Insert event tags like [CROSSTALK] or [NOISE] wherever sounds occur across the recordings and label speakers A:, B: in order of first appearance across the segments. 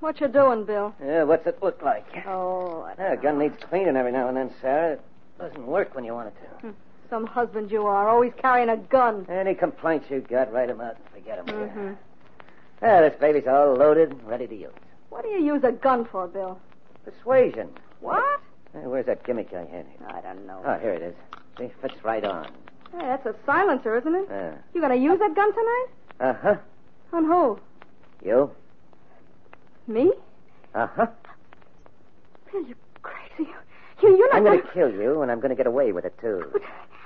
A: What you doing, Bill?
B: Yeah, what's it look like?
A: Oh, I-
B: Yeah, a gun needs cleaning every now and then, Sarah. It doesn't work when you want it to.
A: Hmm. some husband you are, always carrying a gun. Hmm.
B: Any complaints you got, write 'em out and forget 'em.
A: Mm-hmm.
B: Yeah, this baby's all loaded and ready to use.
A: What do you use a gun for, Bill?
B: Persuasion.
A: What?
B: Hey, where's that gimmick I had here?
A: I don't know.
B: Oh, here it is. See, fits right on.
A: Hey, that's a silencer, isn't it?
B: Yeah.
A: You gonna use that gun tonight?
B: Uh huh.
A: On who?
B: You?
A: Me?
B: Uh huh.
A: Bill, you crazy. You, you're not
B: I'm going to kill you, and I'm going to get away with it, too.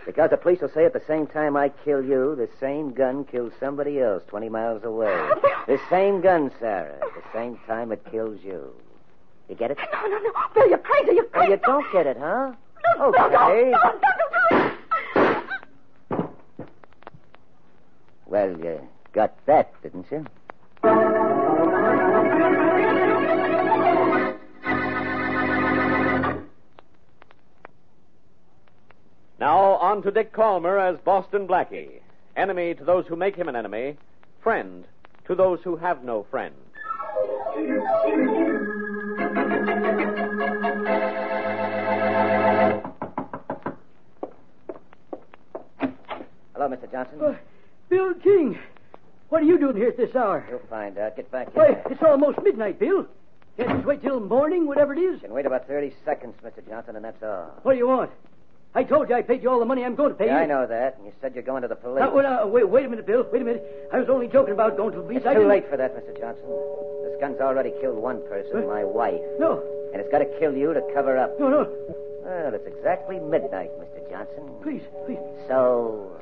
B: Because the police will say at the same time I kill you, the same gun kills somebody else 20 miles
A: [LAUGHS]
B: away. The same gun, Sarah, at the same time it kills you. You get it?
A: No, no, no. Bill, you're crazy. You're
B: Oh,
A: crazy.
B: you don't get it, huh?
A: No, no, no,
B: Okay.
A: no, no, no, no.
B: Well, you got that, didn't you?
C: Now on to Dick Calmer as Boston Blackie, enemy to those who make him an enemy, friend to those who have no friend.
B: Hello, Mr. Johnson.
D: Bill King, what are you doing here at this hour?
B: You'll find out. Get back
D: Why,
B: here.
D: it's almost midnight, Bill. Can't you just wait till morning, whatever it is?
B: You can wait about 30 seconds, Mr. Johnson, and that's all.
D: What do you want? I told you I paid you all the money I'm going to pay
B: Yeah,
D: you.
B: I know that, and you said you're going to the police.
D: Now, Uh, well, now, wait, wait a minute, Bill. Wait a minute. I was only joking about going to the police.
B: it's
D: I
B: too
D: didn't-
B: late for that, Mr. Johnson. This gun's already killed one person,
D: Huh?
B: my wife.
D: No,
B: And it's got to kill you to cover up.
D: no, no.
B: Well, it's exactly midnight, Mr. Johnson.
D: Please, please.
B: So.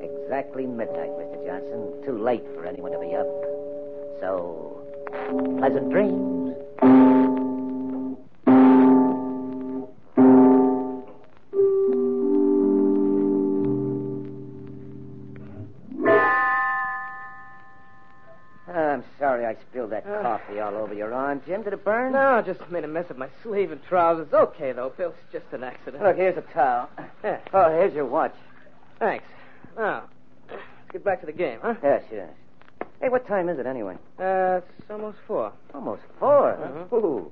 B: exactly midnight, Mr. Johnson. Too late for anyone to be up. So. Pleasant dreams. I'm sorry I spilled that coffee all over your arm, Jim. Did it burn?
E: No, I just made a mess of my sleeve and trousers. Okay, though, Bill. It's just an accident.
B: Look, here's a towel.
E: Yeah.
B: [LAUGHS] Oh, here's your watch.
E: Thanks. Now, let's get back to the game, huh?
B: Yes, yes. Hey, what time is it anyway?
E: Uh, it's almost four. Mm-hmm.
B: Almost 4 huh? Ooh.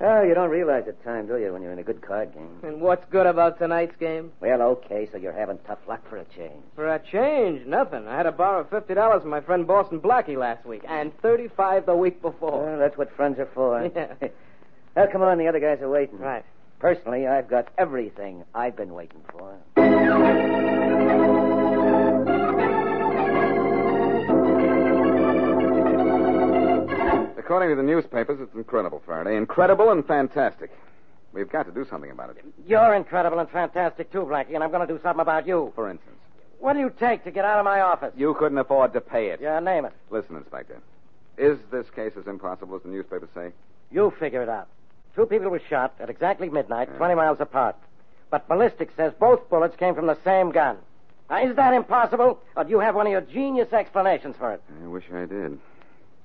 B: Oh, you don't realize the time, do you, when you're in a good card game?
E: And what's good about tonight's game?
B: Well, okay, so you're having tough luck for a change.
E: For a change, nothing. I had to borrow fifty dollars from my friend Boston Blackie last week, and thirty-five the week before.
B: Well, that's what friends are for.
E: Oh. [LAUGHS]
B: [LAUGHS]
E: Yeah.
B: now, come on, the other guys are waiting.
E: Right.
B: Personally, I've got everything I've been waiting for.
F: According to the newspapers, it's incredible, Faraday. Incredible and fantastic. We've got to do something about it.
D: You're incredible and fantastic, too, Blackie, and I'm going to do something about you.
F: For instance,
D: What do you take to get out of my office?
F: you couldn't afford to pay it.
D: Yeah, name it.
F: Listen, Inspector. Is this case as impossible as the newspapers say?
D: You figure it out. Two people were shot at exactly midnight, 20 miles apart. But ballistics says both bullets came from the same gun. Now, is that impossible, or do you have one of your genius explanations for it?
F: I wish I did.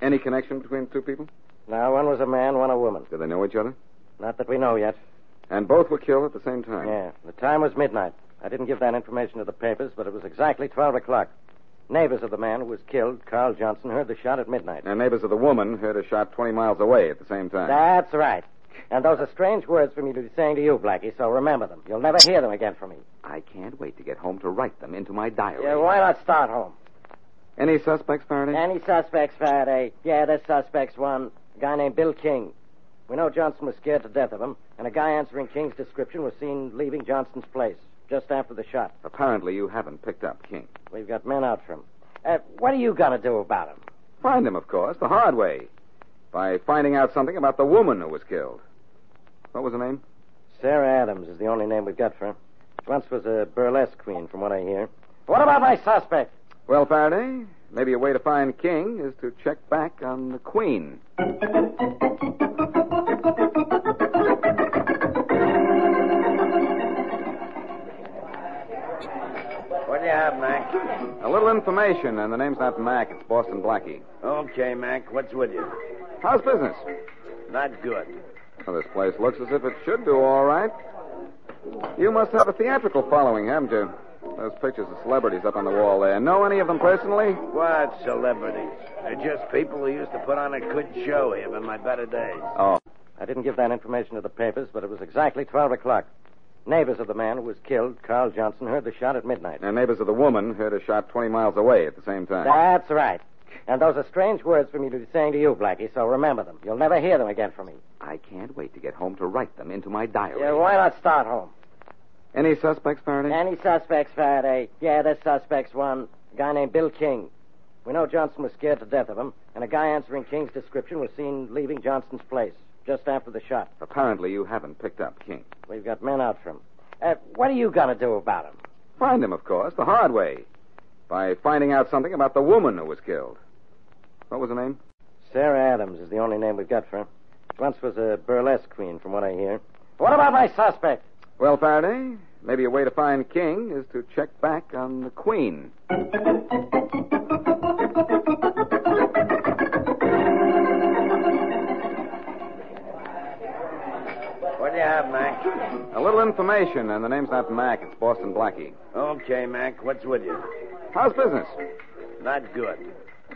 F: Any connection between the two people?
D: No, one was a man, one a woman.
F: Do they know each other?
D: Not that we know yet.
F: And both were killed at the same time.
D: Yeah, the time was midnight. I didn't give that information to the papers, but it was exactly 12 o'clock. Neighbors of the man who was killed, Carl Johnson, heard the shot at midnight.
F: And neighbors of the woman heard a shot 20 miles away at the same time.
D: That's right. And those are strange words for me to be saying to you, Blackie, so remember them. You'll never hear them again from me.
F: I can't wait to get home to write them into my diary.
D: Yeah, why not start home?
F: Any suspects, Faraday?
D: Any suspects, Faraday? Yeah, this suspect's one. A guy named Bill King. We know Johnson was scared to death of him, and a guy answering King's description was seen leaving Johnson's place just after the shot.
F: Apparently, you haven't picked up King.
D: We've got men out for him. Uh, what are you going to do about him?
F: Find him, of course, the hard way. By finding out something about the woman who was killed. What was her name?
D: Sarah Adams is the only name we've got for him. She once was a burlesque queen, from what I hear. What about my suspect?
F: Well, Faraday, maybe a way to find King is to check back on the Queen.
D: What do you have, Mac?
F: A little information, and the name's not Mac, it's Boston Blackie.
D: Okay, Mac, what's with you?
F: How's business?
D: Not good.
F: Well, this place looks as if it should do all right. You must have a theatrical following, haven't you? Those pictures of celebrities up on the wall there. Know any of them personally?
D: What celebrities? They're just people who used to put on a good show here in my better days.
F: Oh,
D: I didn't give that information to the papers, but it was exactly 12 o'clock. Neighbors of the man who was killed, Carl Johnson, heard the shot at midnight.
F: and neighbors of the woman heard a shot 20 miles away at the same time.
D: That's right. And those are strange words for me to be saying to you, Blackie, so remember them. You'll never hear them again from me.
F: I can't wait to get home to write them into my diary.
D: Yeah, why not start home?
F: Any suspects, Faraday?
D: Any suspects, Faraday? Yeah, this suspect's one. A guy named Bill King. We know Johnson was scared to death of him, and a guy answering King's description was seen leaving Johnson's place just after the shot.
F: Apparently, you haven't picked up King.
D: We've got men out for him. Uh, what are you going to do about him?
F: Find him, of course, the hard way. By finding out something about the woman who was killed. What was her name?
D: Sarah Adams is the only name we've got for her. She once was a burlesque queen, from what I hear. What about my suspect?
F: Well, Faraday, maybe a way to find King is to check back on the Queen.
D: What do you have, Mac?
F: A little information, and the name's not Mac, it's Boston Blackie.
D: Okay, Mac, what's with you?
F: How's business?
D: Not good.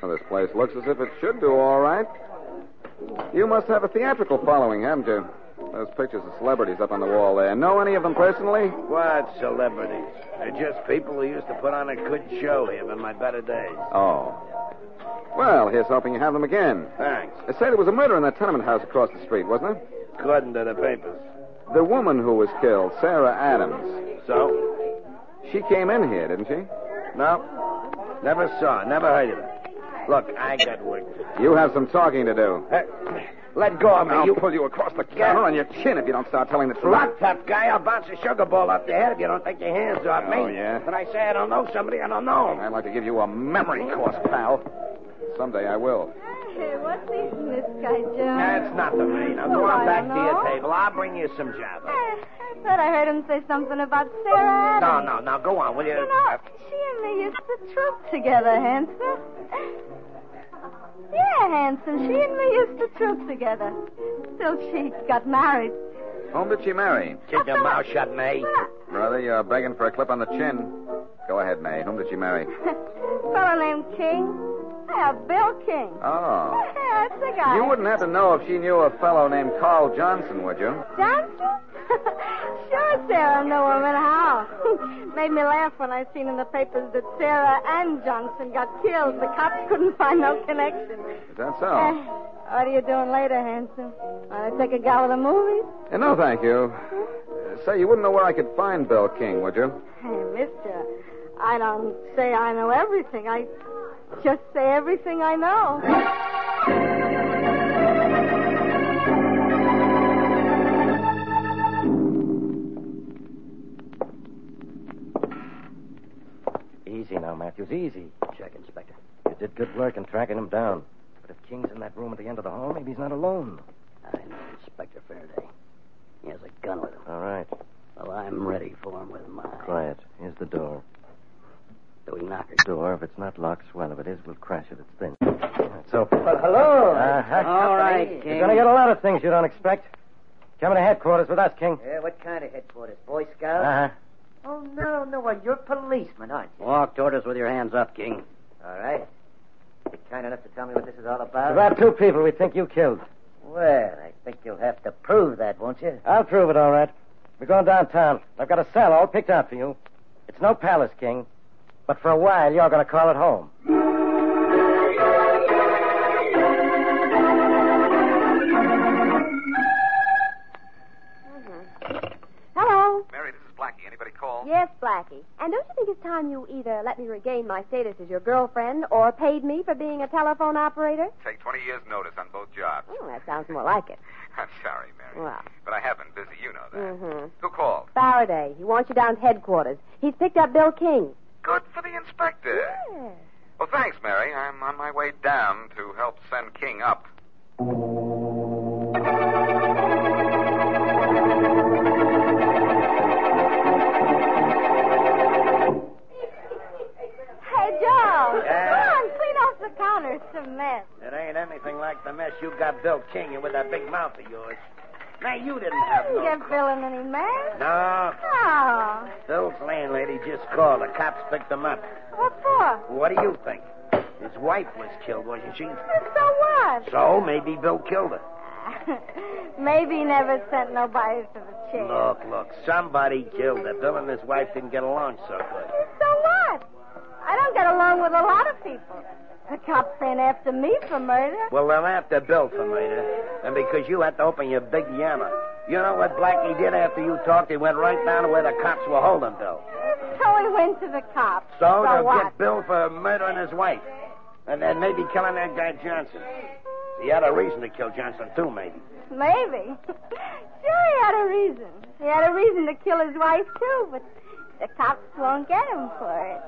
F: Well, this place looks as if it should do all right. You must have a theatrical following, haven't you? Those pictures of celebrities up on the wall there. Know any of them personally?
D: What celebrities? They're just people who used to put on a good show here in my better days.
F: Oh. Well, here's hoping you have them again.
D: Thanks.
F: They say there was a murder in that tenement house across the street, wasn't there?
D: According to the papers.
F: The woman who was killed, Sarah Adams,
D: So?
F: she came in here, didn't she?
D: No. Never saw, never heard of it. Look, I got work. to do.
F: You have some talking to do.
D: Uh, let go of me.
F: I'll
D: you
F: pull you across the counter on your chin if you don't start telling the truth.
D: Lock tough guy, I'll bounce a sugar ball off your head if you don't take your hands off me.
F: Oh, yeah?
D: When I say I don't know somebody, I don't know 'em.
F: I'd like to give you a memory course, pal. Someday I will.
A: Hey, what's eating this guy, Joe?
D: That's not the me. Now go
A: Oh,
D: on
A: I
D: back
A: don't
D: to your
A: know.
D: table. I'll bring you some java.
A: I I thought I heard him say something about Sarah
D: No,
A: Adams.
D: no, now go on, will you?
A: You know, she and me used to troop together, Hanson. Yeah, Hanson, she and me used to troop together. Till she got married.
F: Whom did she marry?
D: Keep your mouth shut, May.
A: Well,
F: Brother, you're begging for a clip on the chin. Go ahead, May. Whom did she marry?
A: [LAUGHS] fellow named King. Yeah, Bill King.
F: Oh.
A: Yeah, that's the guy.
F: You wouldn't have to know if she knew a fellow named Carl Johnson, would you?
A: Johnson? [LAUGHS] sure, Sarah, no woman, how? [LAUGHS] Made me laugh when I seen in the papers that Sarah and Johnson got killed. The cops couldn't find no connection.
F: Is that
A: Eh,
F: so?
A: what are you doing later, Hanson? Want to take a gal to the movies? [LAUGHS]
F: Eh, no, thank you. Uh, say, you wouldn't know where I could find Bill King, would you?
A: Hey, mister, I don't say I know everything. I just say everything I know.
D: was easy. Check, Inspector. You did good work in tracking him down. But if King's in that room at the end of the hall, maybe he's not alone.
B: I know Inspector Faraday. He has a gun with him.
D: All right.
B: Well, I'm ready for him with mine.
D: Quiet. Here's the door.
B: Do we knock it?
D: Door. If it's not locked, swell. If it is, we'll crash it. It's thin. It's open.
B: But hello.
D: Uh-huh.
B: All right, King.
D: You're going to get a lot of things you don't expect. Coming to headquarters with us, King.
B: Yeah, what kind of headquarters? Boy Scouts?
D: Uh-huh.
B: Oh, no, no. Well, you're policeman, aren't you?
D: Walk toward us with your hands up, King.
B: All right. You kind enough to tell me what this is all about?
D: About two people we think you killed.
B: Well, I think you'll have to prove that, won't you?
D: I'll prove it, all right. We're going downtown. I've got a cell all picked out for you. It's no palace, King. But for a while, you're going to call it home.
G: Mm-hmm.
A: Hello.
F: Mary, this is Blackie. Anybody call?
A: Yes, Blackie. And don't you think it's time you either let me regain my status as your girlfriend or paid me for being a telephone operator?
F: Take 20 years' notice on both jobs.
A: Oh, that sounds more like it.
F: [LAUGHS] I'm sorry, Mary.
A: Well.
F: But I have been busy. You know that.
A: Mm-hmm.
F: Who called?
A: Faraday, he wants you down at headquarters. He's picked up Bill King.
F: Good for the inspector. Well, thanks, Mary. I'm on my way down to help send King up.
A: Hey, Joe.
D: Yeah?
A: Come on, clean off the counter. It's a mess.
D: It ain't anything like the mess you got Bill King in with that big mouth of yours. Now, you didn't have
A: didn't
D: no...
A: get Bill in any mess.
D: No.
A: Oh.
D: Bill's landlady just called. The cops picked him up.
A: What for?
D: What do you think? His wife was killed, wasn't she?
A: Then so what?
D: So maybe Bill killed her.
A: Maybe he never sent nobody to the chair.
D: Look, look, somebody killed her. Bill and his wife didn't get along so good.
A: So what? I don't get along with a lot of people. The cops ain't after me for murder.
D: Well, they're after Bill for murder, and because you had to open your big yammer. You know what Blackie did after you talked? He went right down to where the cops were holding Bill.
A: So he went to the cops.
D: So, they'll
A: what?
D: get Bill for murdering his wife, and then maybe killing that guy Johnson. He had a reason to kill Johnson too, maybe.
A: Maybe. sure, he had a reason. He had a reason to kill his wife, too, but the cops won't get him for it.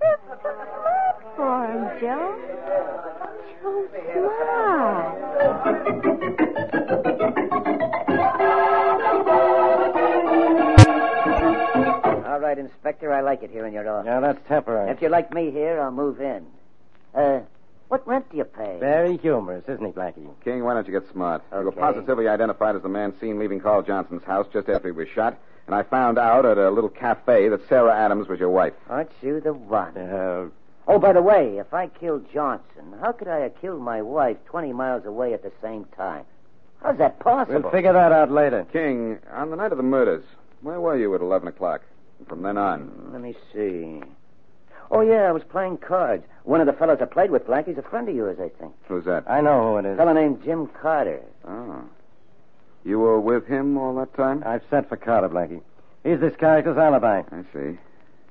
A: They're so smart for him, Joe. So smart.
B: All right, Inspector, I like it here in your office.
D: Now that's temporary.
B: If you like me here, I'll move in. Uh, what rent do you pay?
D: Very humorous, isn't he, Blackie?
F: King, why don't you get smart? You
B: Okay.
F: were positively identified as the man seen leaving Carl Johnson's house just after he was shot, and I found out at a little cafe that Sarah Adams was your wife.
B: Aren't you the one?
D: Uh,
B: Oh, by the way, if I killed Johnson, how could I have killed my wife 20 miles away at the same time? How's that possible?
D: we'll figure that out later.
F: King, on the night of the murders, where were you at 11 o'clock? From then on.
B: Mm, Let me see. Oh, yeah, I was playing cards. One of the fellows I played with, Blackie's a friend of yours, I think.
F: Who's that?
D: I know who it
B: A
D: is.
B: fellow named Jim Carter.
F: Oh. You were with him all that time?
D: I've sent for Carter, Blackie. He's this character's alibi.
F: I see.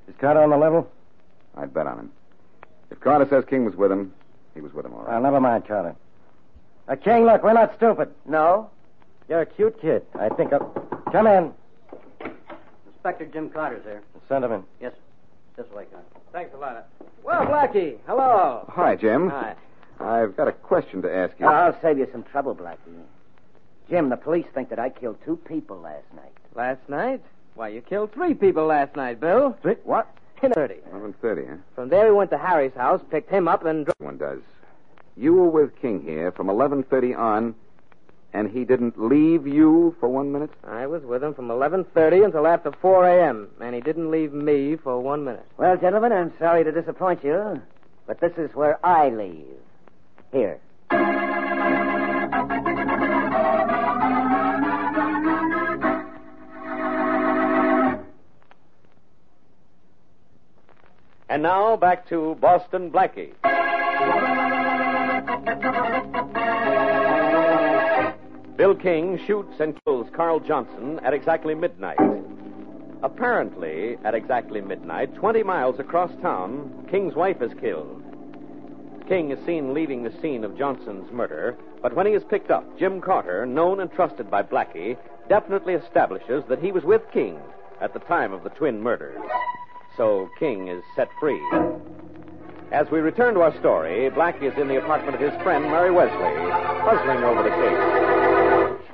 D: Is Carter on the level?
F: I'd bet on him. If Carter says King was with him, he was with him all right.
D: Well, never mind, Carter. Uh, King, look, we're not stupid.
B: No?
D: You're a cute kid. I think. I'll... Come in.
B: Inspector Jim Carter's there.
D: Send him in.
B: Yes, just like that.
E: Thanks a lot. Well, Blackie, hello.
F: Hi, Jim.
E: Hi.
F: I've got a question to ask you.
B: Now, I'll save you some trouble, Blackie. Jim, the police think that I killed two people last night.
E: Last night? Why, you killed three people last night, Bill. Three? What? In 30.
F: 11.30, huh?
E: From there, we went to Harry's house, picked him up, and drove.
F: One does. You were with King here from 11.30 on, and he didn't leave you for one minute?
E: I was with him from 11.30 until after 4 a.m., and he didn't leave me for one minute.
B: Well, gentlemen, I'm sorry to disappoint you, but this is where I leave. Here.
C: And now back to Boston Blackie. Bill King shoots and kills Carl Johnson at exactly midnight. Apparently, at exactly midnight, 20 miles across town, King's wife is killed. King is seen leaving the scene of Johnson's murder, but when he is picked up, Jim Carter, known and trusted by Blackie, definitely establishes that he was with King at the time of the twin murders. So King is set free. As we return to our story, Blackie is in the apartment of his friend, Mary Wesley, puzzling over the case.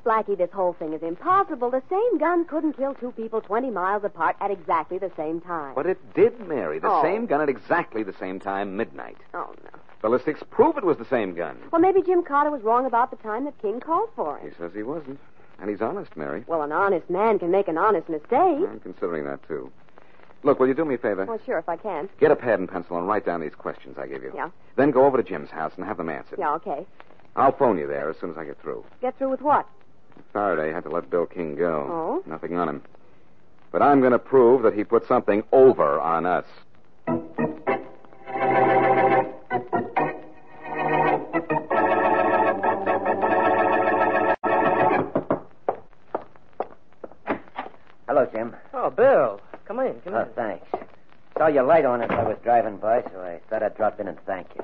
G: Blackie, this whole thing is impossible. The same gun couldn't kill two people 20 miles apart at exactly the same time.
F: But it did, Mary. The
G: Oh.
F: same gun at exactly the same time, midnight.
G: Oh, no.
F: Ballistics prove it was the same gun.
G: Well, maybe Jim Carter was wrong about the time that King called for
F: He
G: him.
F: says he wasn't. And he's honest, Mary.
G: Well, an honest man can make an honest mistake.
F: I'm considering that, too. Look, will you do me a favor?
G: Well, sure, if I can.
F: Get a pad and pencil and write down these questions I give you.
G: Yeah.
F: Then go over to Jim's house and have them answered.
G: Yeah, okay.
F: I'll phone you there as soon as I get through.
G: Get through with what?
F: Faraday had to let Bill King go.
G: Oh?
F: Nothing on him. But I'm going to prove that he put something over on us.
B: Hello, Jim.
E: Oh, Bill. Come in, come
B: Oh,
E: in.
B: thanks. Saw your light on as I was driving by, so I thought I'd drop in and thank you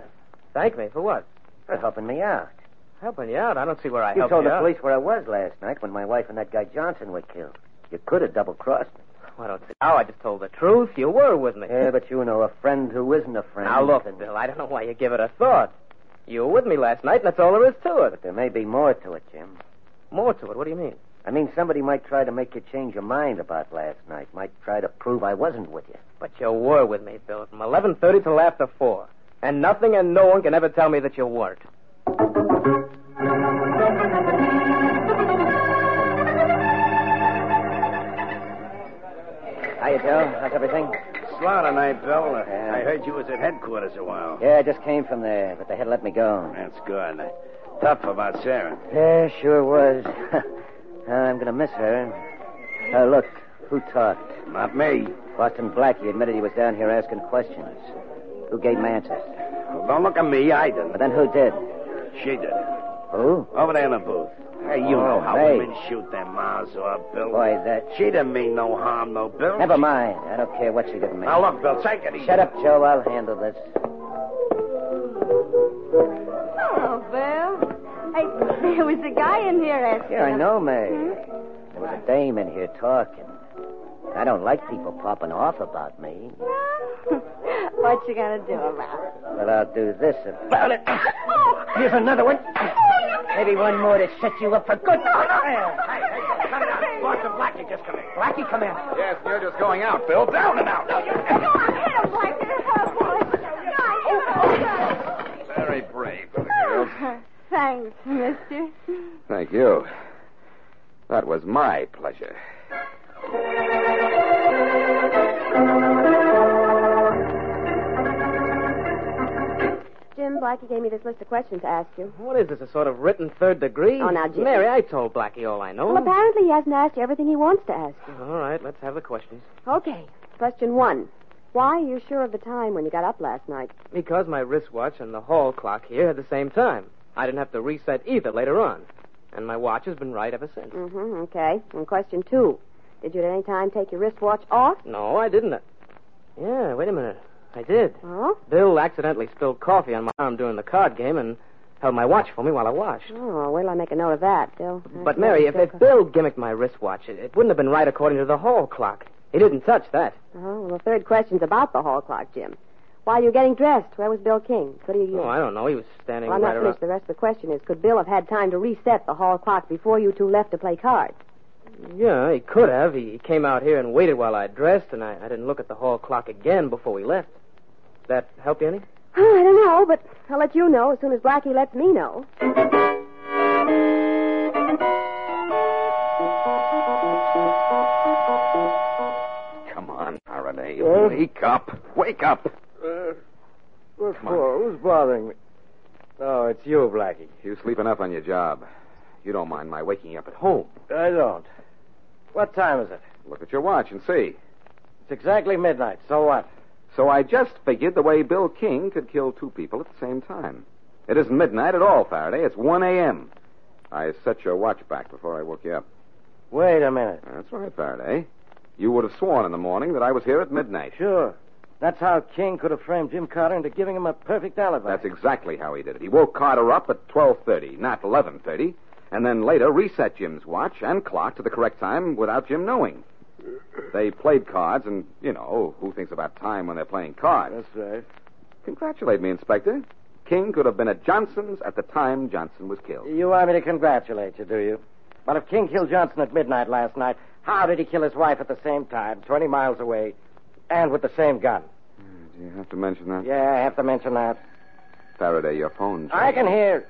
E: Thank me for what?
B: for helping me out.
E: Helping you out. I don't see where I
B: you
E: helped
B: told
E: you
B: the
E: out.
B: police where I was last night when my wife and that guy Johnson were killed. You could have double crossed me.
E: I don't see how I just told the truth. You were with me.
B: Yeah, but you know a friend who isn't a friend.
E: Now look, Bill. I don't know why you give it a thought. You were with me last night, and that's all there is to it.
B: There may be more to it, Jim.
E: More to it. What do you mean?
B: I mean, somebody might try to make you change your mind about last night. Might try to prove I wasn't with you.
E: But you were with me, Bill, from eleven thirty till after four, and nothing and no one can ever tell me that you weren't.
B: Hiya, Bill. How's everything?
H: Slow tonight, Bill. I heard you was at headquarters a while.
B: Yeah, I just came from there, but they had let me go.
H: That's good. Tough about Sharon.
B: Yeah, sure was. [LAUGHS] I'm going to miss her. Uh, look, who talked?
H: Not me.
B: Boston Blackie admitted he was down here asking questions. Who gave him answers?
H: Don't look at me. I didn't.
B: But then who did?
H: She did.
B: Who?
H: Over there in the booth. Hey, you
B: Oh,
H: know how
B: May.
H: women shoot their mouths off, Bill.
B: Boy, that-
H: She didn't mean no harm, no, Bill.
B: Never mind. I don't care what she did to me.
H: Now, look, Bill, take it easy.
B: Shut up, Joe. I'll handle this.
A: Hello, Oh, Bill. Hey, there was a guy in here asking.
B: Yeah, I know, May. There was a dame in here talking. I don't like people popping off about me.
A: [LAUGHS] What you gonna do about it?
B: But I'll do this about it.
A: Oh,
B: Here's another one. Maybe one more to set you up for good.
H: Hey, hey, come down. Boston Blackie just come in.
B: Blackie, come in.
F: Yes, you're just going out, Bill. Down and out.
A: hit him, Blackie. Oh, boy. No, I hit him.
F: Very brave for the girls.
A: [LAUGHS] Thanks, mister.
F: Thank you. That was my pleasure.
G: Jim, Blackie gave me this list of questions to ask you.
E: What is this? A sort of written third degree?
G: Oh, now, Jim.
E: Mary, I told Blackie all I know.
G: Well, apparently he hasn't asked you everything he wants to ask you.
E: All right, let's have the questions.
G: Okay. Question one. Why are you sure of the time when you got up last night?
E: Because my wristwatch and the hall clock here had the same time. I didn't have to reset either later on. And my watch has been right ever since.
G: Mm-hmm. Okay. And question two. Did you at any time take your wristwatch off?
E: No, I didn't. Yeah, wait a minute. I did.
G: Oh?
E: Bill accidentally spilled coffee on my arm during the card game and held my watch for me while I washed.
G: Oh, wait till I make a note of that, Bill.
E: But, Mary, if, if Bill gimmicked my wristwatch, it, it wouldn't have been right according to the hall clock. He didn't touch that.
G: Oh, well, the third question's about the hall clock, Jim. While you're getting dressed, where was Bill King? Could he...
E: Oh, I don't know. He was standing
G: Well, I'm
E: right
G: not
E: around.
G: finished. The rest of the question is, could Bill have had time to reset the hall clock before you two left to play cards?
E: Yeah, he could have. He he came out here and waited while I dressed, and I, I didn't look at the hall clock again before we left. That help you any?
G: [SIGHS] I don't know, but I'll let you know as soon as Blackie lets me know.
F: Come on, Faraday.
I: Yeah?
F: Wake up. Wake up.
I: Uh, what
F: Come on.
I: for? Who's bothering me? Oh, it's you, Blackie.
F: You sleep enough on your job. You don't mind my waking up at home.
I: I don't. What time is it?
F: Look at your watch and see.
I: It's exactly midnight. So what?
F: So I just figured the way Bill King could kill two people at the same time. It isn't midnight at all, Faraday. It's 1 a.m. I set your watch back before I woke you up.
I: Wait a minute.
F: That's right, Faraday. You would have sworn in the morning that I was here at midnight.
I: Sure. That's how King could have framed Jim Carter into giving him a perfect alibi.
F: That's exactly how he did it. He woke Carter up at 12.30, not 11.30, and then later reset Jim's watch and clock to the correct time without Jim knowing. They played cards, and, you know, who thinks about time when they're playing cards?
I: That's right.
F: Congratulate me, Inspector. King could have been at Johnson's at the time Johnson was killed.
I: You want me to congratulate you, do you? Well, if King killed Johnson at midnight last night, how did he kill his wife at the same time, 20 miles away, and with the same gun?
F: Do you have to mention that?
I: Yeah, I have to mention that.
F: Faraday, your phone.
I: I can hear.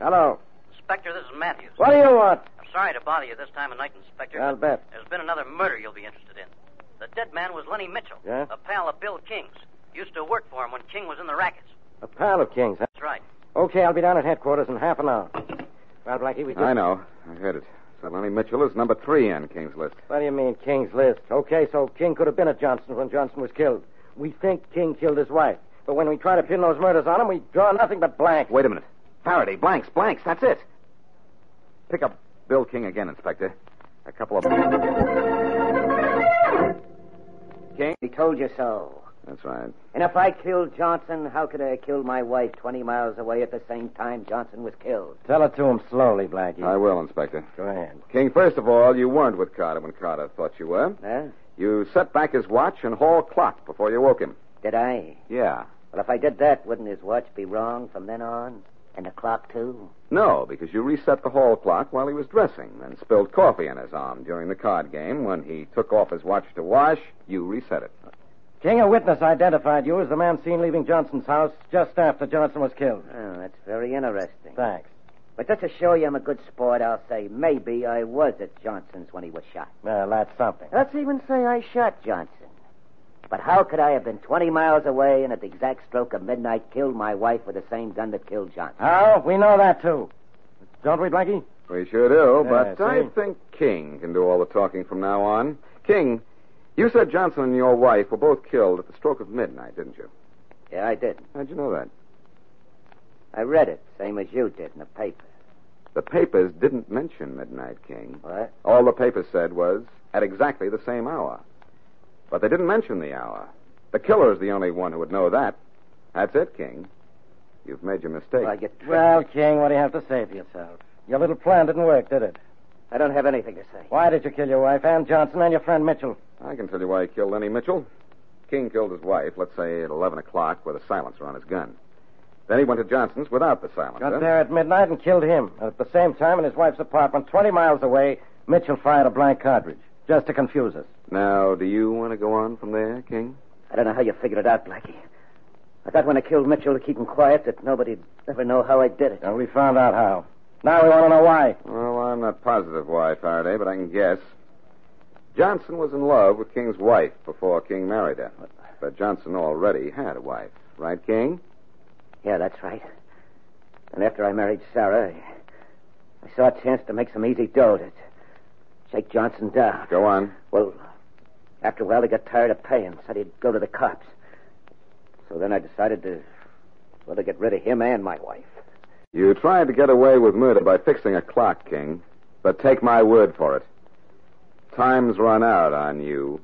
I: Hello.
J: Inspector, this is Matthews.
I: What do you want?
J: I'm sorry to bother you this time of night, Inspector.
I: I'll
J: but
I: bet.
J: There's been another murder you'll be interested in. The dead man was Lenny Mitchell,
I: Yeah?
J: a pal of Bill King's. Used to work for him when King was in the rackets.
I: A pal of King's, huh?
J: That's right.
I: Okay, I'll be down at headquarters in half an hour. Well, Blackie, we just...
F: I know. I heard it. So Lenny Mitchell is number three on King's list.
I: What do you mean, King's list? Okay, so King could have been at Johnson's when Johnson was killed. We think King killed his wife. But when we try to pin those murders on him, we draw nothing but blanks.
F: Wait a minute. Faraday, blanks, blanks. That's it. Pick up Bill King again, Inspector. A couple of. King?
B: He told you so.
F: That's right.
B: And if I killed Johnson, how could I have killed my wife 20 miles away at the same time Johnson was killed?
I: Tell it to him slowly, Blackie.
F: I will, Inspector.
I: Go ahead.
F: King, first of all, you weren't with Carter when Carter thought you were.
B: Huh?
F: You set back his watch and Hall clock before you woke him.
B: Did I?
F: Yeah.
B: Well, if I did that, wouldn't his watch be wrong from then on? And the clock, too?
F: No, because you reset the hall clock while he was dressing and spilled coffee on his arm during the card game. When he took off his watch to wash, you reset it.
I: King, a witness identified you as the man seen leaving Johnson's house just after Johnson was killed.
B: Oh, that's very interesting.
I: Thanks.
B: But just to show you I'm a good sport, I'll say maybe I was at Johnson's when he was shot.
I: Well, that's something.
B: Let's even say I shot Johnson. But how could I have been 20 miles away and at the exact stroke of midnight killed my wife with the same gun that killed Johnson?
I: How? Oh, We know that, too. Don't we, Blackie?
F: We sure do,
I: Yeah,
F: but I
I: see?
F: think King can do all the talking from now on. King, you said Johnson and your wife were both killed at the stroke of midnight, didn't you?
B: Yeah, I did.
F: How'd you know that?
B: I read it, same as you did in the paper.
F: The papers didn't mention midnight, King.
B: What?
F: All the papers said was at exactly the same hour. But they didn't mention the hour. The killer is the only one who would know that. That's it, King. You've made your mistake.
B: Well, you...
I: Well, King, what do you have to say for yourself? Your little plan didn't work, did it?
B: I don't have anything to say.
I: Why did you kill your wife and Johnson and your friend Mitchell?
F: I can tell you why he killed Lenny Mitchell. King killed his wife, let's say at 11 o'clock, with a silencer on his gun. Then he went to Johnson's without the silencer.
I: Got there at midnight and killed him. And at the same time, in his wife's apartment, 20 miles away, Mitchell fired a blank cartridge just to confuse us.
F: Now, do you want to go on from there, King?
B: I don't know how you figured it out, Blackie. I thought when I killed Mitchell to keep him quiet that nobody'd ever know how I did it.
I: And we found out how. Now we want to know why.
F: Well, I'm not positive why, Faraday, but I can guess. Johnson was in love with King's wife before King married her. But Johnson already had a wife, right, King?
B: Yeah, that's right. And after I married Sarah, I, I saw a chance to make some easy dough to shake Johnson down.
F: Go on.
B: Well, after a while, he got tired of paying, said he'd go to the cops. So then I decided to, well, to get rid of him and my wife.
F: You tried to get away with murder by fixing a clock, King. But take my word for it. Time's run out on you.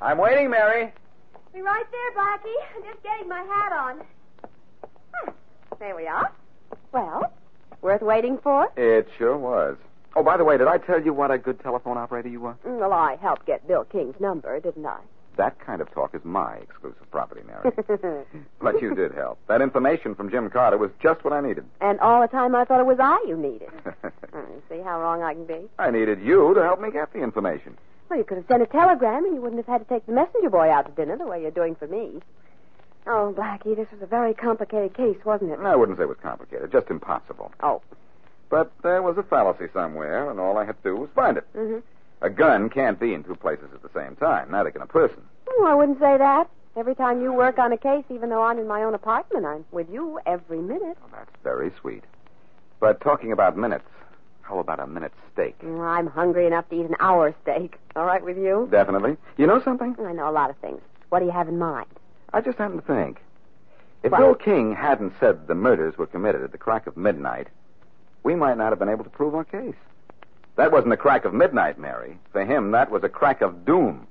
I: I'm waiting, Mary.
A: Be right there, Blackie. I'm just getting my hat on. Huh. There we are.
G: Well, worth waiting for?
F: It sure was. Oh, by the way, did I tell you what a good telephone operator you were?
G: mm, Well, I helped get Bill King's number, didn't I?
F: That kind of talk is my exclusive property,
G: [LAUGHS]
F: Mary. but you did help. That information from Jim Carter was just what
G: [LAUGHS]
F: I needed.
G: and all the time I thought it was I you needed. Mm, see how wrong I can be?
F: I needed you to help me get the information.
G: Well, you could have sent a telegram and you wouldn't have had to take the messenger boy out to dinner the way you're doing for me. Oh, Blackie, this was a very complicated case, wasn't it?
F: I wouldn't say it was complicated, just impossible.
G: Oh.
F: But there was a fallacy somewhere, and all I had to do was find it.
G: Mhm.
F: A gun can't be in two places at the same time, not even a person.
G: Oh, I wouldn't say that. Every time you work on a case, even though I'm in my own apartment, I'm with you every minute.
F: That's very sweet. But talking about minutes, how about a minute steak?
G: Mm, I'm hungry enough to eat an hour steak. All right with you?
F: Definitely. You know something?
G: I know a lot of things. What do you have in mind?
F: I just happened to think. If
G: What?
F: Bill King hadn't said the murders were committed at the crack of midnight, we might not have been able to prove our case. That wasn't the crack of midnight, Mary. For him, that was a crack of doom.